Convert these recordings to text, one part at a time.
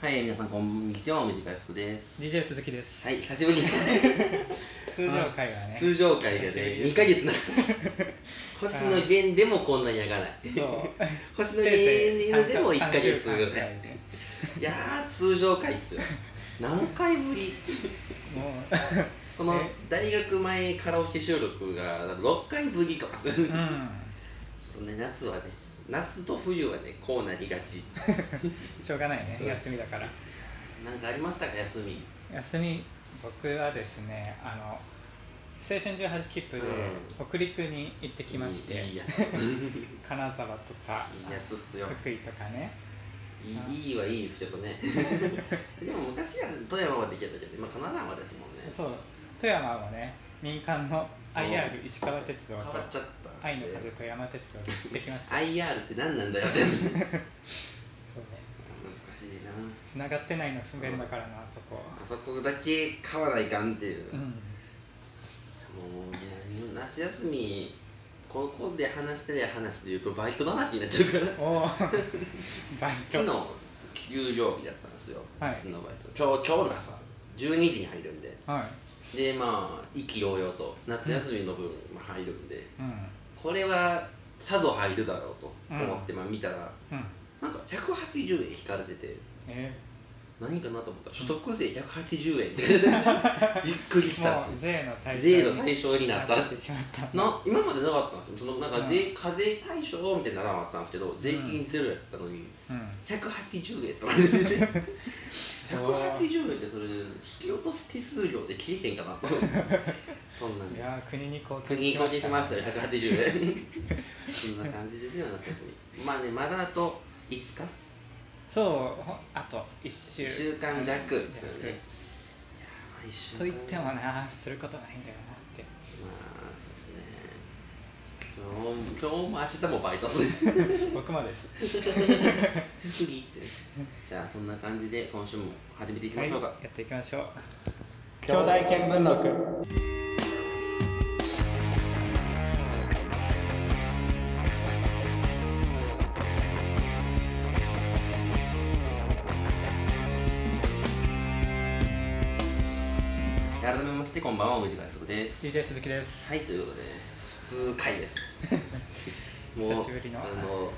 はい、皆さんこんにちは、おめでかいすこです。 DJ 鈴木です、はい、久しぶ りです。通常会がね通常回がね久しぶり、で2すヶ月な。星野源でもこんなに上がらない。そう星野源でも1せいヶぜい月ぐらい。三週間三週間でいやー、通常回っすよ。何回ぶりもこのね大学前カラオケ収録が6回ぶりとかする。ううんちょっとね、夏はね、夏と冬はね、こうなりがち。しょうがないねうん休みだからなんかありましたか、休み。休み僕はですねあの青春18切符うでん北陸に行ってきまして、いいいいやつ。金沢とかいいやつっすよ。福井とかねいいいいはいいですけどね でも昔は富山まで行けたけど今金沢ですもんねそう富山もね民間の IR 石川鉄道変とわっちゃった愛の風富山鉄道で行ってきました IR って何なんだよって難そうしいな繋がってないの不便だからなあそこあそこだけ買わないかんっていう、うもんういや夏休みここで話してる話で言うとバイトの話になっちゃうからおおバイト昨日給料日だったんですよ、はいうちのバイト今日今日の朝12時に入るんではいでまあ意気揚々と夏休みの分、まあ、入るんでうんこれはさぞ入るだろうと思って、まあ見たらうんなんか180円引かれててえ何かなと思ったら所得税180円って びっくりしー、たもう税の対象税の対象になったってしまったな今までなかったんですよそのなんかうん税課税対象みたいなのならなかったんですけど税金ゼロやったのにうん180円とか言ってて180円ってそれ引き落とす手数料って消えへんかなとそんなんいでやー国に貢国献にし貢ま献ししてたますよ180円 そんな感じですよ夏休みまあねまだあと5日そうほんあと1週1週間弱ですよねいやまあ1弱週間と言ってもなすることないんだよなってまあそうですねそう今日も明日もバイト する僕もですしすぎってじゃあそんな感じで今週も始めていきましょうか、やっていきましょう兄弟見聞録改めましてこんばんはおじがやすこですは DJ 鈴木ですいということで普通回です もう久しぶりのあの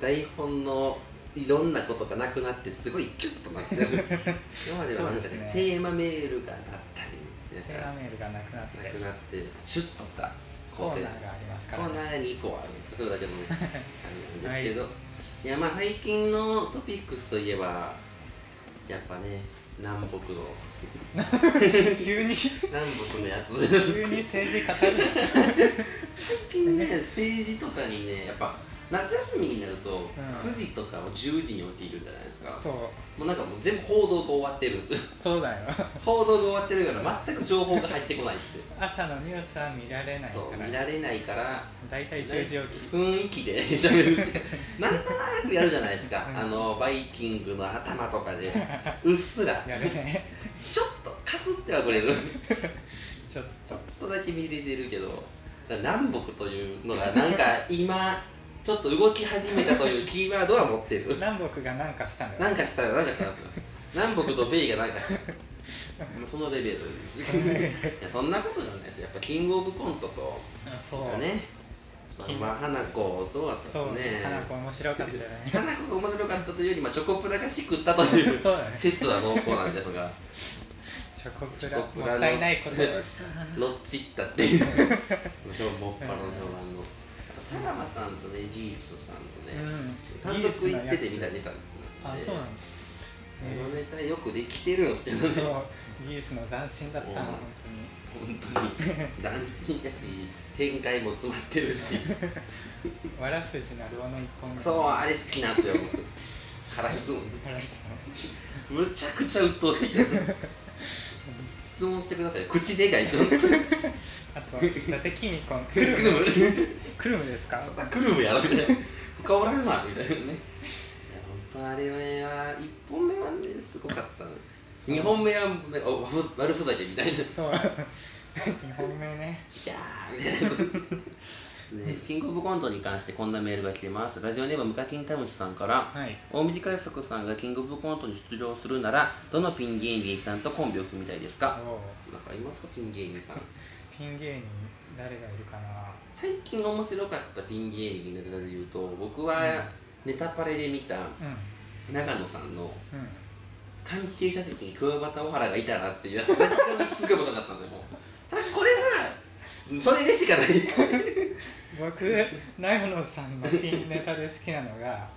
台本のいろんなことがなくなってすごいキュッとなってる 今まではなんそうでかすねねテーマメールがあったりテなんーかマメールがなくなってなくなってシュッとしたコ構成ーナーがありますかコらーナねーに2個あるそれだけ のね感じなんですけど、い、やまあ最近のトピックスといえばやっぱね南北の急に急南北のやつに政治語る最近ね政治とかにねやっぱ夏休みになると、9時とかを10時に起きるじゃないですかのそうもうなんかもう全部報道が終わってるんです そうだよ報道が終わってるから全く情報が入ってこないって朝のニュースは見られないかそうら見られないから大体10時起き雰囲気で 喋るんですけどなんとなくやるじゃないですか、うんあのバイキングの頭とか でうっすらやるねちょっとかすってはくれるちょっちとょっとだけ見れてるけどだから南北というのがなんか今 ちょっと動き始めたというキーワードは持ってる 南北が何かしたんだなんよかしたらなんかしたんですよ南北と米がなんかしたもうそのレベル ですいやそんなことじゃないですよやっぱキングオブコントとあそうかねまあ、花子そうだったですそうね花子面白かったよね花子が面白かったというより、まあ、チョコプラがしくったという そうだね説は濃厚なんですが、チョコプチラョコプラのもったいないことをしたなロッチったって いう、もっぱらの評判の、あとさらばさんとね、ジースさんとね、うん単独ギース行のっやてつてみたネタなあんで、そうなんだあのネタよくできてるんですよそうね、ギースの斬新だったなうん本本 当に斬新だし、展開も詰まってるし、当にわらふじなるおの一本目そう、あれ好きなんですよ、僕、からすもん話したのむちゃくちゃ鬱陶し い質問してください口でかい とあと伊達キミコンクルクルムムクルムですかあクルムや ろみたいな他おらんわみたいなねいや本当あれは1本目はねすごかったの2本目はなんかおわふ悪ふざけみたいないやそう二本目 ねーみたいなでキングオブコントに関してこんなメールが来てますラジオネームムカキンタムシさんから、はい大道海作さんがキングオブコントに出場するならどのピン芸人さんとコンビを組みたいですかおうなんかいますかピン芸人さんピン芸人誰がいるかな最近面白かったピン芸人の方で言うと僕はネタパレで見たう長野さんのんうん関係者席に桑畑小原がいたなっていうやつがすごい面白かったんでもうただこれはそれでしかない僕長野さんのピンネタで好きなのが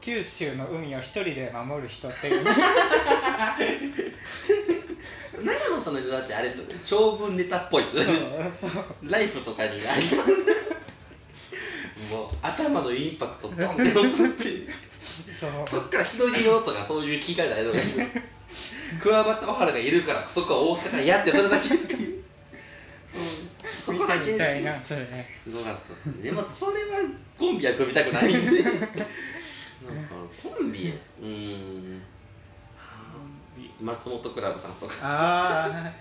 九州の海を一人で守る人っていう長野さんのネタってあれですよね長文ネタっぽいですよねそうそうライフとかにありもう頭のインパクトドンって押すっていうそうそっから広げようとかそういう気概ないのに桑畑小原がいるからそこは大阪やってそれだけっていう、うん、そ見こてだけみたいなそれねすごかったですねでもそれはコンビは組みたくないんでなんかコンビうーん松本クラブさんとかああ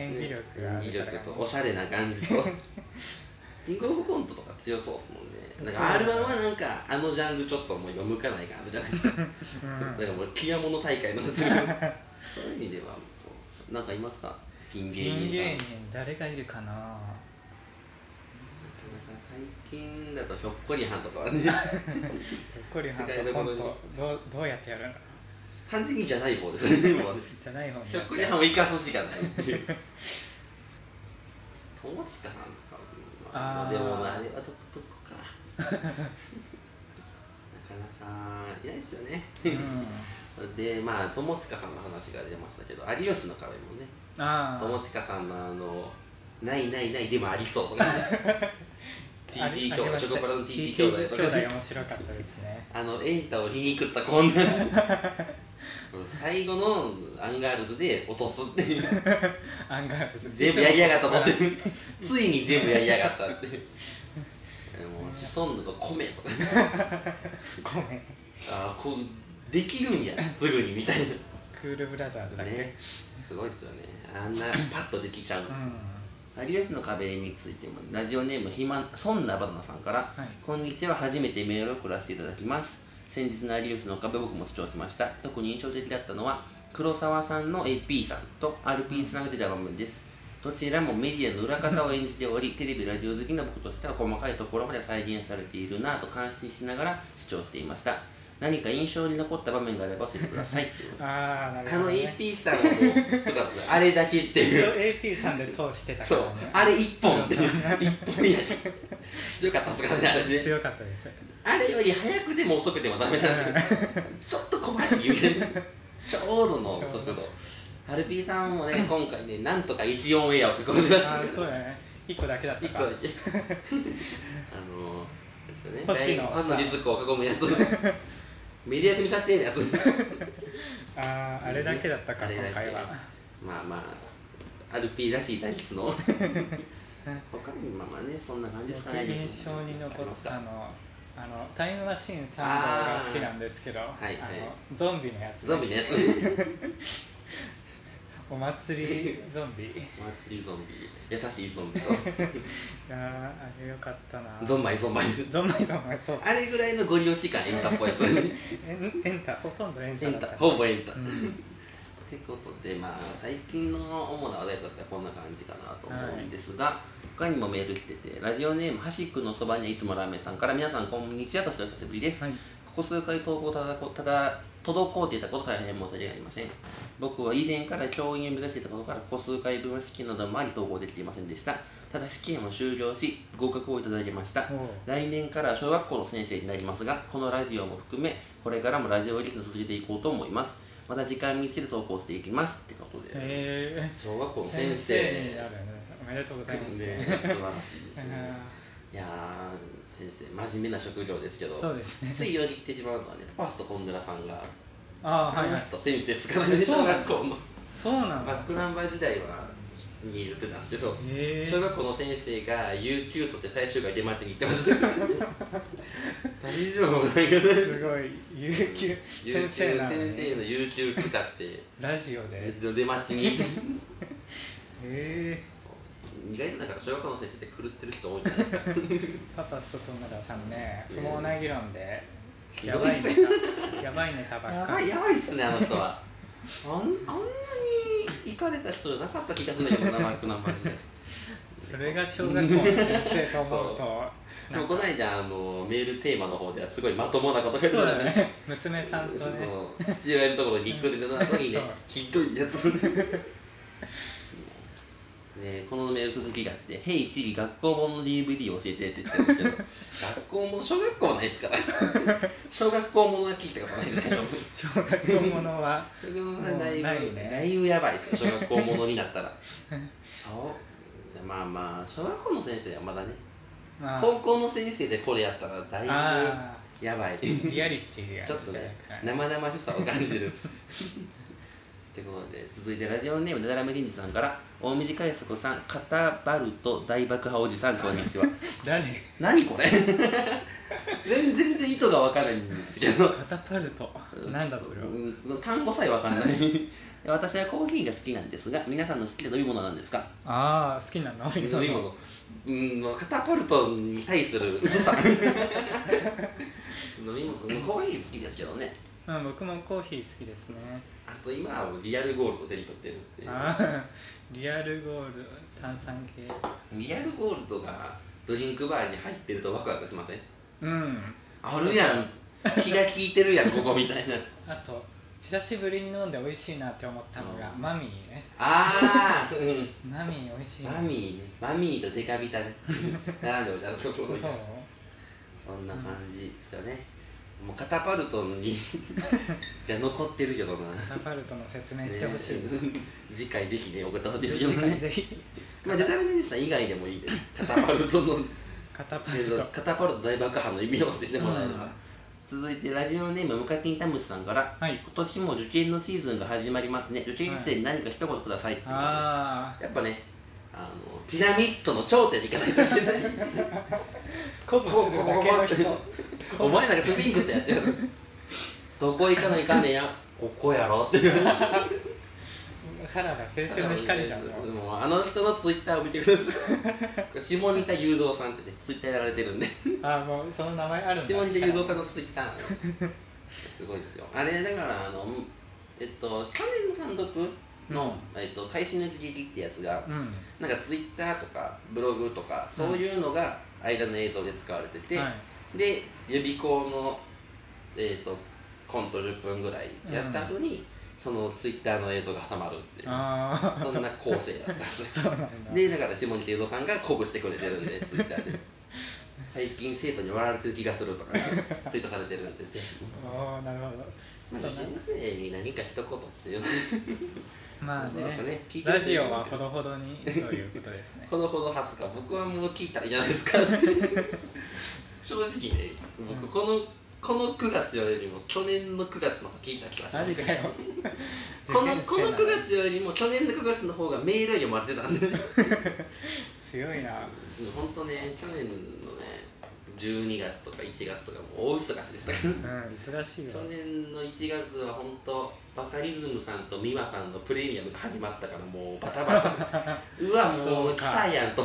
演技力があ演技るから力とおしゃれな感じとキングオブコントとか強そうですもんねなんか r 1はなんかあのジャンルちょっともう今向かない感じじゃないですかだからもうキヤモノ大会になってるそういう意味ではそうなんかいますかピン芸ピ人さんン芸人誰がいるかな最近だとひょっこりはんとかはねひょっこりはんとコントどうどうやってやるんだろう完全にじゃない方ですねもう ねじゃない方にひやょっっこてりはんを生かすしかないっていう友近さんとかまああーでもあれはどこどこかなかなかいないですよねうんでまあ友近さんの話が出ましたけど有吉の壁もねあ友あ近さんのあの「ないないないでもありそう」と か TT 兄弟チョコプラの TT 兄弟と兄弟か面白かったですねあのエンタを皮肉ったこんな最後のアンガールズで落とすって いうアンガールズ全部やりやがったと思ってついに全部やりやがったってでもシソンヌの米とかごめんああこうできるんやすぐにみたいクールブラザーズだなっけ、ねすごいっすよねあんなパッとできちゃうう有吉の壁についてもラジオネームひまそんなバナナさんから、いこんにちは初めてメールを送らせていただきます先日の有吉の壁僕も視聴しました特に印象的だったのは黒沢さんの AP さんと RP さんが出た場面ですどちらもメディアの裏方を演じておりテレビラジオ好きな僕としては細かいところまで再現されているなぁと感心しながら視聴していました何か印象に残った場面があれば教えてくださいん、ああなるあほど、のね、 AP さんはもうすごかったですあれだけっていう AP さんで通してたかそうらね、あれ一本ってそういうそう一本や強かったっすからね、あれね。強かったですあれより早くでも遅くでもダメだね。ちょっと小走りみた いな。ちょうどの速度。ハルピーさ んもね、今回ね、なんとか 14A を囲んでああます。そうだね一個だけだった一 か個だけ。あのー、ですよね。星野さんファンのディスクを囲む やつ。メディアで見ちゃってんやつ。あああれだけだったかあれ今だけ回はまあまあ、アルピーらしい対 立の。他にまあまあね、そんな感じですか僕ね。印象に残っあたりまのあのタイムマシーン3号が好きなんですけどあ、ーはいはいのゾンビのやすか。つ、ゾンビのやつ。お祭り ゾンビ祭りゾンビ、優しいゾンビと、あああれよかったなゾンマイゾンマイ。ゾンビゾンビそう あれぐらいのご利用しかエンタっぽいですエンエンタほとんどエンね。エタンだったタ、ほぼエンタ。っうんてことで、まあ、最近の主な話題としてはこんな感じかなと思うんですが、他にもメール来てて、ラジオネーム、はしくのそばにはいつもラーメンさんから、皆さんこんにちは、そしてお久しぶりです。はいここ数回投稿ただこただ滞っていたこと大変申し訳ありません僕は以前から教員を目指していたことからここ数回分は試験などもあり投稿できていませんでしたただ試験を終了し合格をいただきましたおう来年からは小学校の先生になりますがこのラジオも含めこれからもラジオリスナーを続けていこうと思いますまた時間に満ちる投稿していきますってことで、えー小学校の先先生生になるねおめでとうございます、ね素晴らしいですね あいやー先生真面目な職業ですけどーそうですねついよぎってしまうのはねファースト本村さんがあああはいのはい人先生ですからねそ小うなんだ学校のそうなんバだ ックナンバー時代はに言ってたんですけどへえ小学校の先生が UQ とって最終回出待ちに行ってます大丈夫なんかすごい有給先生なの先生にの UQ 使ってラジオでへ出待ちに行ってえそう意外とだから小学校の先生って狂ってる人多いんじゃないですかパパスと友田さんねうん不毛な議論でひやどばいいっネすねタやばいネタばやっかばいりやばいっすねあの人はあんあんなに行かれた人じゃなかった気がするんだけどなバックナンバーでそれが小学校の先生と思うとでもこの間あのメールテーマの方ではすごいまともなことがそうだよね娘さんとね父親のところに行くんでた時にねそうひどいやつねこのメール続きがあって「Hey Siri 学校本の DVD 教えて」って言ってたん ですけど学校も小学校ないですから小学校ものは聞いたことないでしょ小学校ものはそれはだいぶもうないねだいぶやばいですよ小学校ものになったらそうまあまあ小学校の先生はまだねまあ高校の先生でこれやったらだいぶあや ばいーちリアリティがあょっるとじゃねないかな生々しさを感じ るってことで続いてラジオネームでだらめ人事さんから大水海賊さん肩バルト大爆破おじさんこんに ちは誰何これ全然全然意図が分からないんですけどカタパルトなんだそれはうん単語さえわかんない 私はコーヒーが好きなんですが皆さんの好きな飲み物なんですかああ好きなの飲み物うんまあカタパルトに対す る嘘さ飲み物コーヒー好きですけどねうん僕もコーヒー好きですねあと今はリアルゴールド手に取ってるっていうああリアルゴール炭酸系リアルゴールドがドリンクバーに入ってるとワクワクしませんうんあるやん気が利いてるやんここみたいなあと久しぶりに飲んで美味しいなって思ったのがうんマミーねああうんマミー美味しいなマミーねマミーとデカビタね並んでおいたところにそうそんな感じですよね。もうカタパルトに じゃ残ってるけどな。カタパルトの説明してほしいね次回ぜひね、送ってほしいですけ次ど回ね。ぜひまあ、デタルメネジさん以外でもいいです。カ タパルトの、カタパえルートとカタパルト大爆破の意味を教えてもらえれば。うん続いてラジオネームムカキンタムシさんから、はい今年も受験のシーズンが始まりますね受験生に何か一言くださいっていうことで、ああやっぱねあのピラミッドの頂点に行かないといけ ない鼓舞するだけの人お前なんかスフィンクスやってるどこ行かないかんねやここやろっていうさらば青春の光じゃんもうもうあの人のツイッターを見てくださ い下仁田雄三さんってねツイッターやられてるんで下ああもうその名前あるんだ仁田雄三さんのツイッターなのよすごいですよあれだからあのえっと去年の単独の、えっと、会心の一撃ってやつが、うんなんかツイッターとかブログとかそういうのが間の映像で使われてて、はいで予備校の、えー、とコント10分ぐらいやった後に、そのツイッターの映像が挟まるっていうあそんな構成だったんであすそうなんだ でだから下地雄三さんが鼓舞してくれてるんでツイッター で最近生徒に笑われてる気がするとか、ね、ツイートされてるんでぜひおおなるほどまあそう受験ね生に何か一言っていうまあなんかねね聞いてるラジオはほどほどにということですねほどほど恥ずか僕はもう聞いたらいいじゃないですか正直ね僕このこの9月よりも去年の9月の方が聞いた気 がしまマすジかよこのこの受9験生だな月よりも去年の9月の方がメールは読まれてたん で強いな本当ね去年のね12月とか1月とかもう大忙しでしたうかん忙しいらよ去年の1月は本当バカリズムさんと美和さんのプレミアムが始まったからもうバタ バタうわもそうう来かたやんと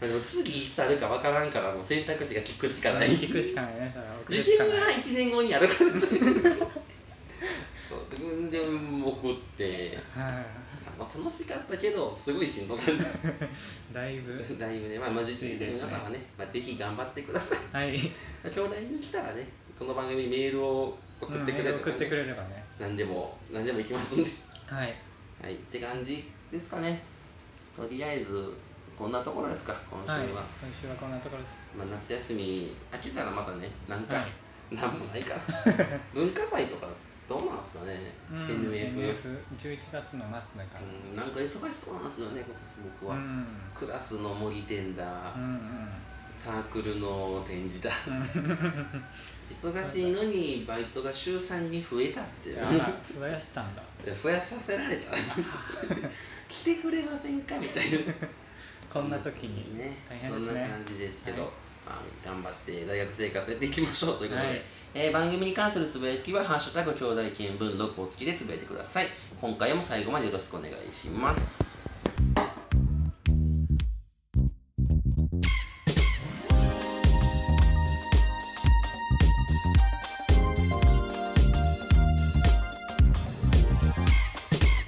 でも次いつあるかわからんからもう選択肢が聞くしかない聞くしかないねそれは送受るし験かがない1年後にやるからそう自分で送ってはいまあ、楽しかったけどすごいしんどかった だい ぶだいぶねまあマジついでで皆すさねんはね、まあ、ぜひ頑張ってくださいはい兄弟に来たらねこの番組にメールを送うんってメくれーる、ル送ってくれればね何でも何でも行きますんではいはいって感じですかねとりあえずこんなところですか今週は、はい今週はこんなところですまあ、夏休み明けたらまたねなんか、はいなんもないから 文化祭とかどうなんですかね、うん NF、 11月の末だからうん、なんか忙しそうなんですよね今年僕は、うんクラスの模擬店だ、うんサークルの展示だうんうん忙しいのにバイトが週3に増えたっていうあら増やしたんだ増やさせられた 来てくれませんかみたいこんな時なにね大変ですそんなね感じですけど、はいまあ、頑張って大学生活やっていきましょうということで、はいえー番組に関するつぶやきは「ハッシュタグ兄弟見聞録」をつけてつぶやいてください今回も最後までよろしくお願いします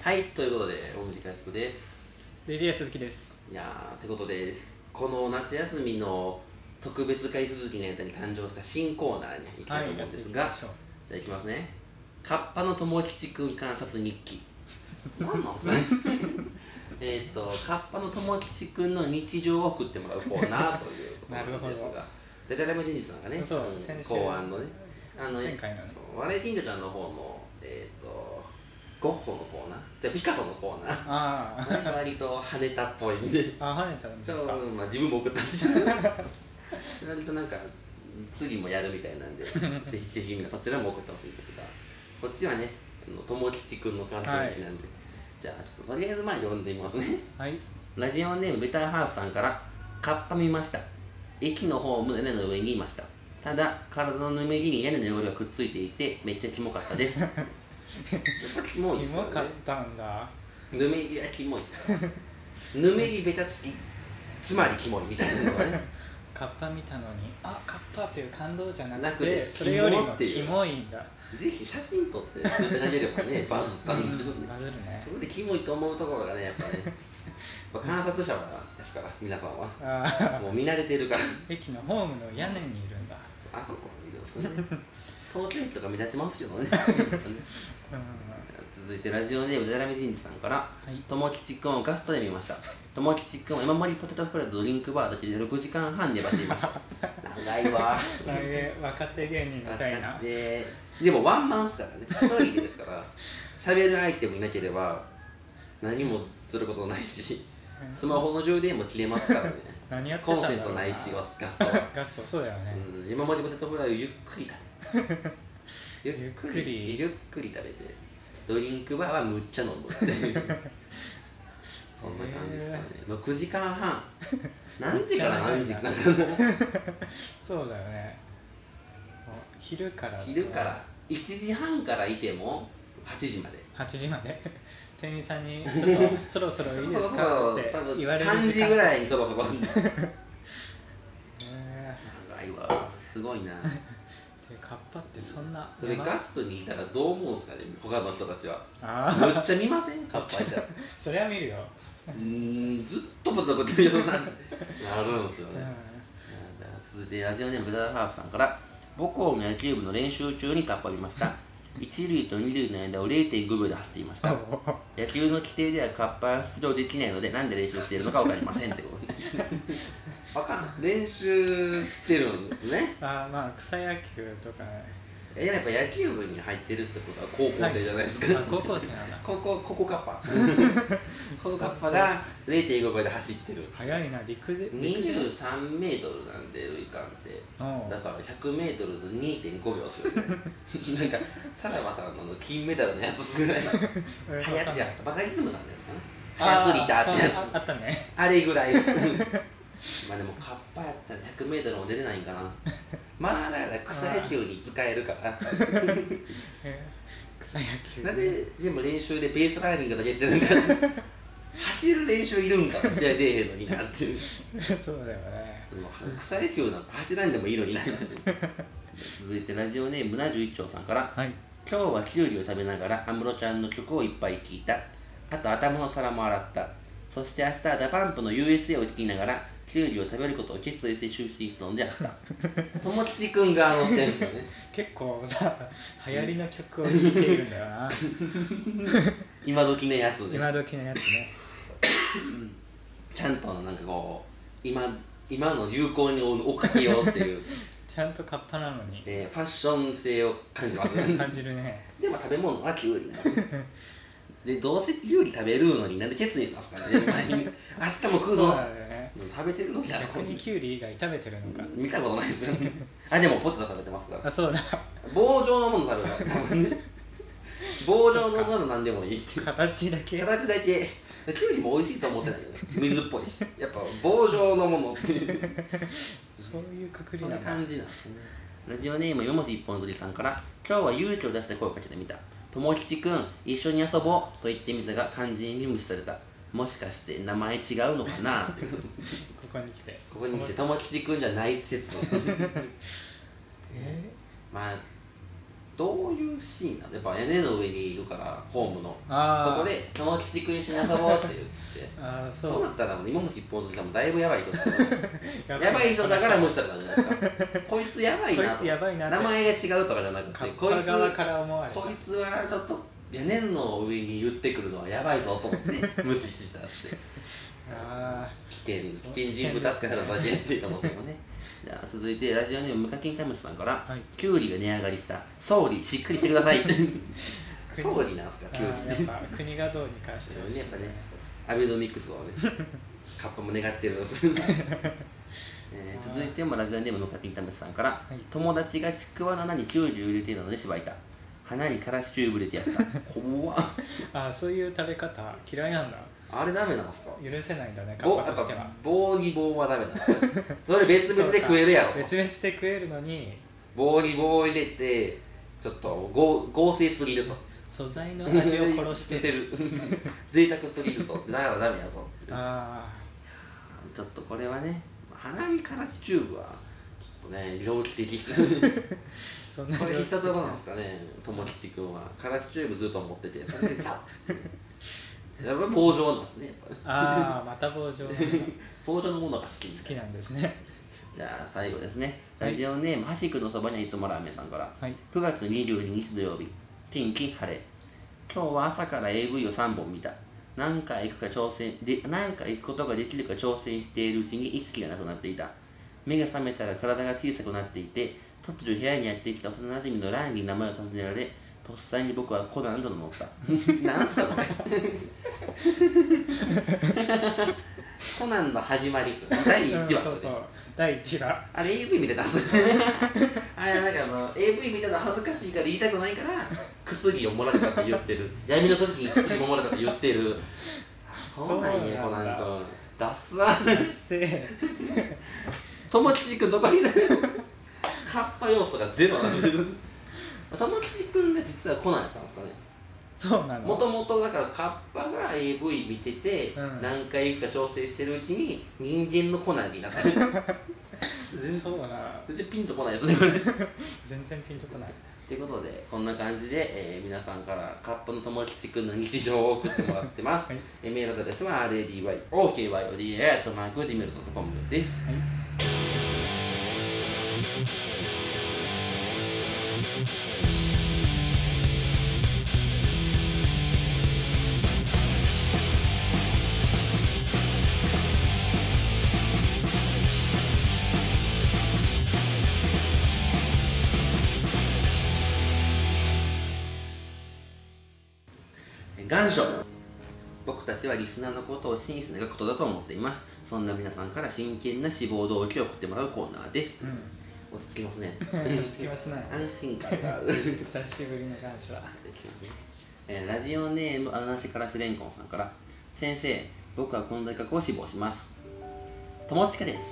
はいということで大藤佳祐です DJ 鈴木ですいやーってことでこの夏休みの特別会続きの間に誕生した新コーナーに行きたいと思うんですが、やってじいきましょうゃあ行きますねカッパの友吉くん観察日 記何なんすかね えっとカッパの友吉くんの日常を送ってもらうコーナーということなんですなるほがデタラメ事実なんかねそううん先週考案のねあの前回のねそう我々近所ちゃんの方のえっ、とゴッホのコーナーじゃあピカソのコ ーナーあなんかあ割と跳ねたっぽいんであ跳ねたんでそうすかまあ自分も送ったんですけど割となんか次もやるみたい なんでぜひぜひ皆さんそちらも送ってほしいんですがこっちはねあの友吉くんの感想日なんで、じゃあちょっととりあえず前読んでみますねはいラジオネームベタラハーフさんから「カッパ見ました駅のホームの屋根の上にいましたただ体のぬめりに屋根の汚れがくっついていてめっちゃキモかったです」 やっぱキモいキですモよかっねたんだぬめりはキモいっすぬめりベタつきつまりキモいみたいなのがねカッパ見たのにあカッパっていう感動じゃななくくててそれよりキモもっていキうモいんだぜひ写真撮ってそれで投げればねバズったんですけどねバズるねそこでキモいと思うところがねやっぱねやっぱ観察者はですから皆さんはああもう見慣れてるから駅のホーム の屋根にいるんだあそこ見てます ね東京駅とか目立ちますけどねうん続いてラジオネームデラメ人事さんからい「友吉くんをガストで見ました友吉くんは今までポテトフライドドリンクバーだけ で6時間半粘っていました長いわなんか若手芸人みたいなででもワンマンですからね一人ですから喋る相手もいなければ何もすることないしスマホの充電も切れますからね何やってたコんンだろセうントないしガストは、ガストそうだよね、うん、今までポテトフライをゆっくりだねゆっく ゆっくりりゆっくり食べてドリンクバーはむっちゃ飲む っていうそんな感じですからね6時間 半何時から何時からそうだよねもう昼からだ昼から1時半からいても8時まで8時まで 店員さん に「ちょっとそろそろいいですか?」って多分言われる3時ぐいらいにそろそ ろ長えいわすごいなー、でカッパってそんなそれガ山ストにいたらどう思うんすかね他の人たち は あむっちゃ見ませんカッパいたらあそれは見るよ、うーんずっとポテトポテトなんなるんですようんね、じゃあ続いてラジオネームブダハーフさんから母校の野球部の練習中にカッパ見ました一塁と二塁の間を0.5秒で走っていましたおー野球の規定ではカッパは出場できないのでなんで練習しているのか分かりませんってことね わかん練習してるのにねあーまあ草野球とかねえやっぱ野球部に入ってるってことは高校生じゃないですか、 あ高校生なんだここここカッ パここカッパが0.5倍で走ってる早いな陸で陸上23メートルなんで塁間っておうだから100メートルと2.5秒ですよねなんかさらばさんのあの金メダルのやつぐらいえはやわかんじなゃいバカリズムさんのやつかなあ早ーすぎたってやつそうああったねあれぐらい まあでもカッパやったら 100m も出れないんかなまあだから草野球に使えるからえー草野球なんででも練習でベースライニングだけしてるんか走る練習いるんか試合出えへんのになっていう そうだよねでも草野球なんか走らんでもいいのにな続いてラジオネーム71丁さんからはい今日はきゅうりを食べながら安室ちゃんの曲をいっぱい聴いたあと頭の皿も洗ったそして明日はダパンプの USA を聴きながらきゅうりを食べることを決意して終始するのであった友吉くんがあのセンスよね結構さ流行りの曲を聴いているんだよな 今時のやつで今時のやつねちゃんとなんかこう今今の流行に追っかけようって いう、ちゃんとカッパなのにえーファッション性を感じますね感じるねでも食べ物はきゅうりなんですよでどうせきゅうり食べるのになんで決意したんですかね前に明日も食うぞそうなんだよね食べてるのにな逆にキュウリ以外食べてるのか見たことないですよねあでもポテト食べてますからあそうだ棒状のもの食べます多分ね棒状のものなんでもいいっていう形だけ形だけきゅうりも美味しいと思ってないよね水っぽいしやっぱ棒状のものっていうそういうくくりこんななんだ感じなんですねラジオネームよもし一本釣りさんから今日は勇気を出して声をかけてみた友吉くん一緒に遊ぼうと言ってみたが肝心に無視されたもしかして名前違うのか なってここに来てここに来て 友吉くんじゃない説のえまあどういうシーンなのやっぱ屋根の上にいるからホームのあそーこで「友吉くん一緒に遊ぼう」って言ってあ あそうそうなったらもう今もし一本ずつでもだいぶやばい人ですよ ややばい人だから無視されたんじゃないですか こいつやばいなこいつやばいなって名前が違うとかじゃなくカてッこいパつ側から思われたこいつはちょっと屋根の上に言ってくるのはやばいぞと思 って無視してたってああ危険危険人物扱いのだけっていう可能性もねじゃあ続いてラジオネームムカキンタムシさんから、はいキュウリが値上がりした総理しっかりしてくだ さい総理なんすかキュウあーリやっぱ国がどうにかしてほしいそうねやっアベノミクスを ねカッパも願ってるのえー続いてもラジオネームムカキンタムシさんから、い友達がちくわの穴にキュウリを入れていたのでしばいた花にからしチューブ入れてやった 怖っああそういう食べ方嫌いなんだあれダメなんすか許せないんだねカ棒ッやっパぱとしては棒に棒はダメなんすよそれ別々で食えるやろ 別々で食えるのに棒に棒を入れてちょっと合合成すぎると素材の味を殺しててる 贅沢すぎるぞだからダメやぞってああちょっとこれはね鼻にからしチューブはちょっとね猟奇的 こそんなれ必殺技なんですかね 友吉君はからしチューブずっと持っててそれでザッ やっぱり棒状なんですねやっぱりああまた棒状なのが好棒状のものが好ききなんですねじゃあ最後ですねはいラジオネーム、はしくのそばにはいつもラーメンさんから、はい9月22日土曜日天気晴れ今日は朝から AV を3本見た何回行くか挑戦で何回行くことができるか挑戦しているうちに意識がなくなっていた目が覚めたら体が小さくなっていて突如部屋にやってきた幼馴染のランに名前を尋ねられとっさに僕はコナンと名乗った なんすかこれ コナンの始まりっすよ第1話っすねうんそうそう第1話あれ AV 見 てたあれなんかあの AV 見てたの恥ずかしいから言いたくないから薬をもらったって言ってる 闇の時に薬ももらったって言ってるあそうなんやそコうなナンんだ君ダッサうっせえ友吉君どこにい たのカッパ要素がゼロなんです 友吉君が実はコナンやったんですかねそうなのもともとだからカッパが AV 見てて、うん何回行くか調整してるうちに人間のコナン になった全そうな然ピンとこないやつねこれ全然ピンとこないということでこんな感じで、えー皆さんからカップの友吉くんの日常を送ってもらってます、はいえーメールアドレスは radyokoda.gmail.com ですはいえー願書僕たちはリスナーのことを真摯なことだと思っていますそんな皆さんから真剣な志望動機を送ってもらうコーナーです、う落ち着きますねん落 ち着きはしない安心感がある久しぶりの感 謝はえーラジオネームあなしからしれんこんさんから先生僕はこの大学を志望します友近です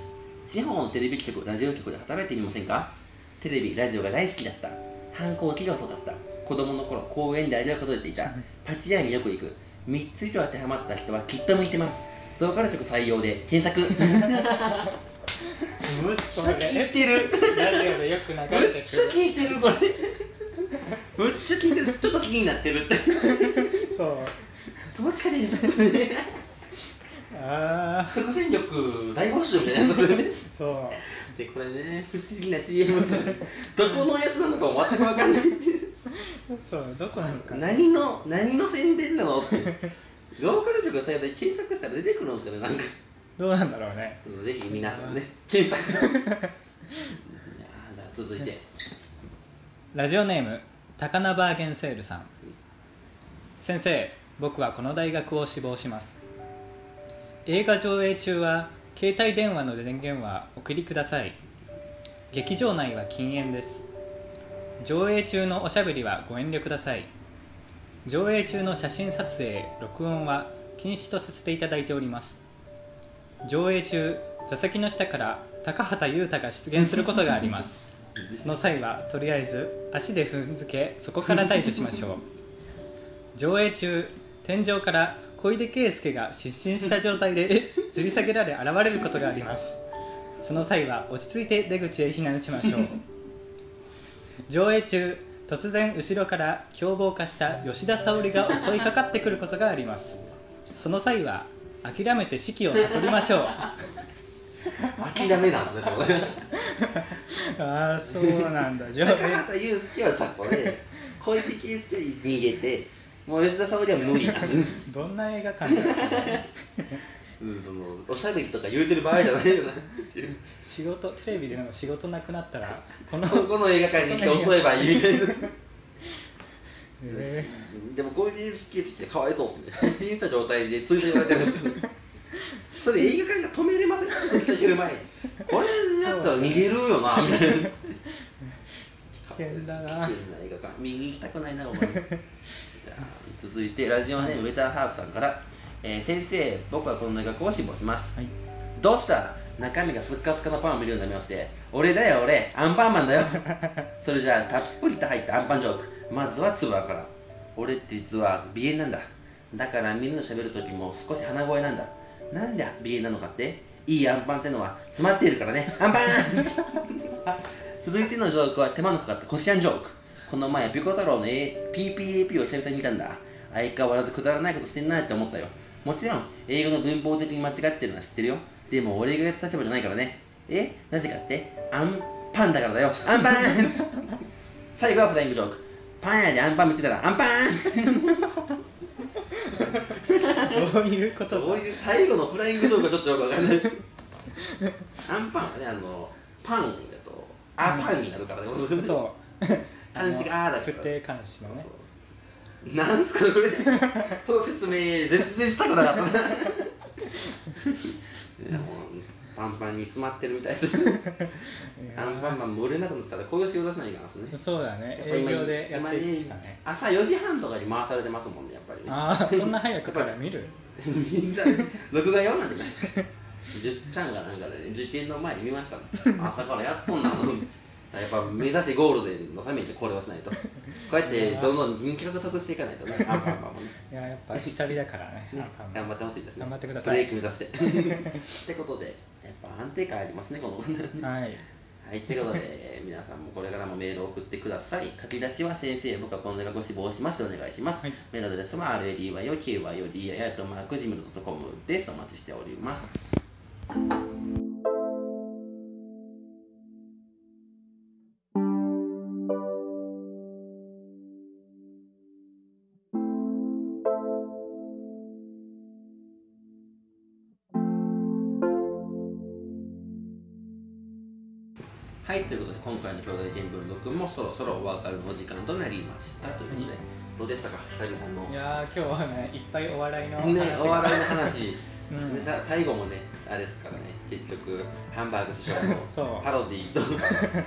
地方のテレビ局ラジオ局で働いてみませんかテレビラジオが大好きだった反抗期が遅かった子供の頃公園でアリを数えていたパチ屋によく行く3つ以上当てはまった人はきっと向いてます動画の曲採用で検索むっちゃ聞いてるラジオでよく流れめってくちゃ聞いてるこれめっちゃ聞いてるちょっと気になってるってるそう友近ですああ即戦力大募集みたいなやつですよねそうでこれね不思議な CM どこのやつなのかも全く分かんないっていうそうどこなのかな何の何の宣伝なのってローカル局のサイトで検索したら出てくるんですかねなんかどうなんだろうねぜひ皆さんね検索いやーじゃあ続いてラジオネーム高菜バーゲンセールさん先生僕はこの大学を志望します映画上映中は携帯電話の電源はお送りください劇場内は禁煙です上映中のおしゃべりはご遠慮ください上映中の写真撮影録音は禁止とさせていただいております上映中座席の下から高畑優太が出現することがありますその際はとりあえず足で踏んづけそこから対処しましょう 上映中天井から小出圭介が失神した状態で吊り下げられ現れることがありますその際は落ち着いて出口へ避難しましょう上映中突然後ろから凶暴化した吉田沙保里が襲いかかってくることがありますその際は諦めて指揮を悟りましょう諦めなんですねこれ ああそうなんだじゃあ高畑祐介はさこれ小池圭介に逃げてもう吉田沙保里は無理なんですどんな映画館だうんそのおしゃべりとか言うてる場合じゃないよなっていう仕事テレビでなんか仕事なくなったらこの、 ここの映画館に来て襲えばいいみたいなえーでも小池圭介ってかわいそうですね失神した状態で追跡されてるんですよそれで映画館が止めれま せん追跡する前にこれやったら逃げるよなみたいな危険だな危険な映画館見に行きたくないなお前じゃあ続いてラジオネームウェターハーフさんから、えー先生僕はこの大学を志望します、はいどうした中身がすっかすかのパンを見るような目をして俺だよ俺アンパンマンだよそれじゃあたっぷりと入ったアンパンジョークまずはつぶあんから俺って実は鼻炎なんだだからみんなと喋る時も少し鼻声なんだなんで鼻炎なのかっていいアンパンってのは詰まっているからねアンパン続いてのジョークは手間のかかったコシアンジョークこの前ピコ太郎の A- PPAP を久々に見たんだ相変わらずくだらないことしてんなって思ったよもちろん英語の文法的に間違ってるのは知ってるよでも俺がやった立場じゃないからねえなぜかってアンパンだからだよアン パン最後はフライングジョークパン屋でアンパン見つけたらアンパンどういうことだどういう最後のフライングジョークはちょっとよくわ かんないアンパンはねあのパンだとあパンになるからねそう監視があーだから不定監視のねなんすかこれその説明全然したくなかったないやもうパンパンに詰まってるみたいですアンパンマンも売れなくなったらこういう仕事しないかんですねそうだねやっぱ営今業でやっ今てねいくしかね朝4時半とかに回されてますもんねやっぱりね ああそんな早くから見るみんな録画用なんじゃないじゅっちゃんがなんかで、ね、受験の前に見ましたもん朝からやっとんなと思ってやっぱ目指してゴールデンのためにこれをしないとこうやってどんどん人気獲得していかないとねアンパンマンもねいややっぱ下火だからねアンパンマ頑ン張ってほしいですね頑張ってくださブいレイク目指 してってことでやっぱ安定感ありますねこのははいいってことで 皆さんもこれからもメールを送ってください書き出しは先生僕はこの大学を志望しますお願いします、はいメールアドレスは RADYOQYODI.com ですお待ちしておりますはいということで今回の兄弟見聞録もそろそろお別れのお時間となりましたということで、はいどうでしたか久々のいやー今日はねいっぱいお笑いの話ね、おが笑いの話、うんでさ最後もねあれですからね結局ハンバーグ師匠 そのうパロディーと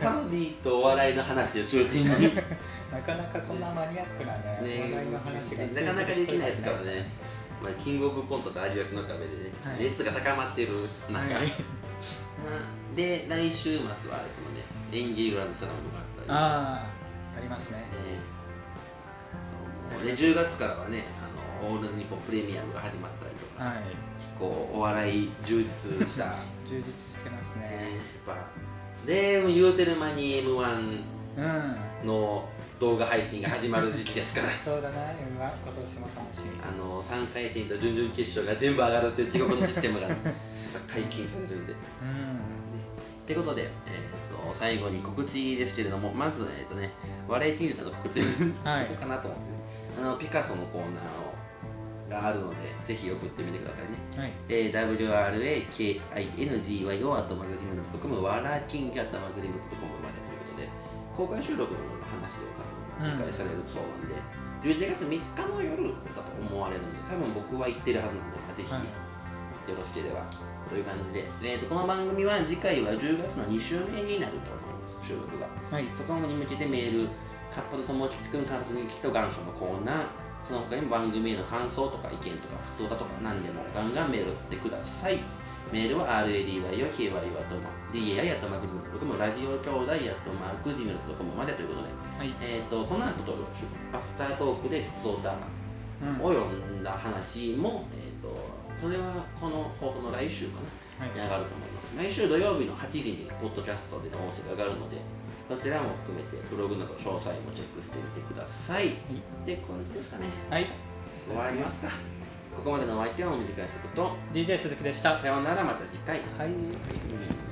パロディーとお笑いの話を中心に、ね、なかなかこんなマニアックなね お笑いの話がなかなかできないですからね、まあ、キングオブコントと有吉の壁でね、はい熱が高まってる中、はいうんで来週末はあれですもんね演技グランドスラムがあったりああありますねねそうで10月からはねあのオールナイトニッポンプレミアムが始まったりとかはいこうお笑い充実したね充実してますやっねぱで言うてる間に m 1うんの動画配信が始まる時期ですから そうだな M は今年も楽しみあの3回戦と準々決勝が全部上がるっていう地獄のシステムがやっぱ 解禁されるんでうんってことで、えー、と最後に告知ですけれどもまず、えーとね、笑い金融の告知はいここかなと思って、ね、あのピカソのコーナーをがあるのでぜひ送ってみてくださいねはいえー WRAKINGYO アットマグジムドットコム、ワラキンギアットマグジムドットコムまでということで、公開収録の話を多分、次回されるそうなんで、11月3日の夜だと思われるんで、多分僕は行ってるはずなんで、まあぜひ、はいよろしければという感じで、えーとこの番組は次回は10月の2週目になると思います、収録が。はいそこに向けてメール、カッパの友吉くん観察にきっと願書のコーナー、その他にも番組への感想とか意見とか、普通だとか何でもガンガンメール送ってください。メールは RADYOKYO あとま DAI あとマークジムドットコム、ラジオ兄弟あとマークジムドットコムまでということで、はいえっ、と、この後と、アフタートークで普通だうんを読んだ話も、えっ、と、それはこの放送の来週かな。はいに上がると思います。毎週土曜日の8時に、ポッドキャストでの音声が上がるので、そちらも含めてブログなど詳細もチェックしてみてくださいって感じですかねはい終わりますかここまでのお相手はお短いすこと DJ 鈴木でしたさようならまた次回はい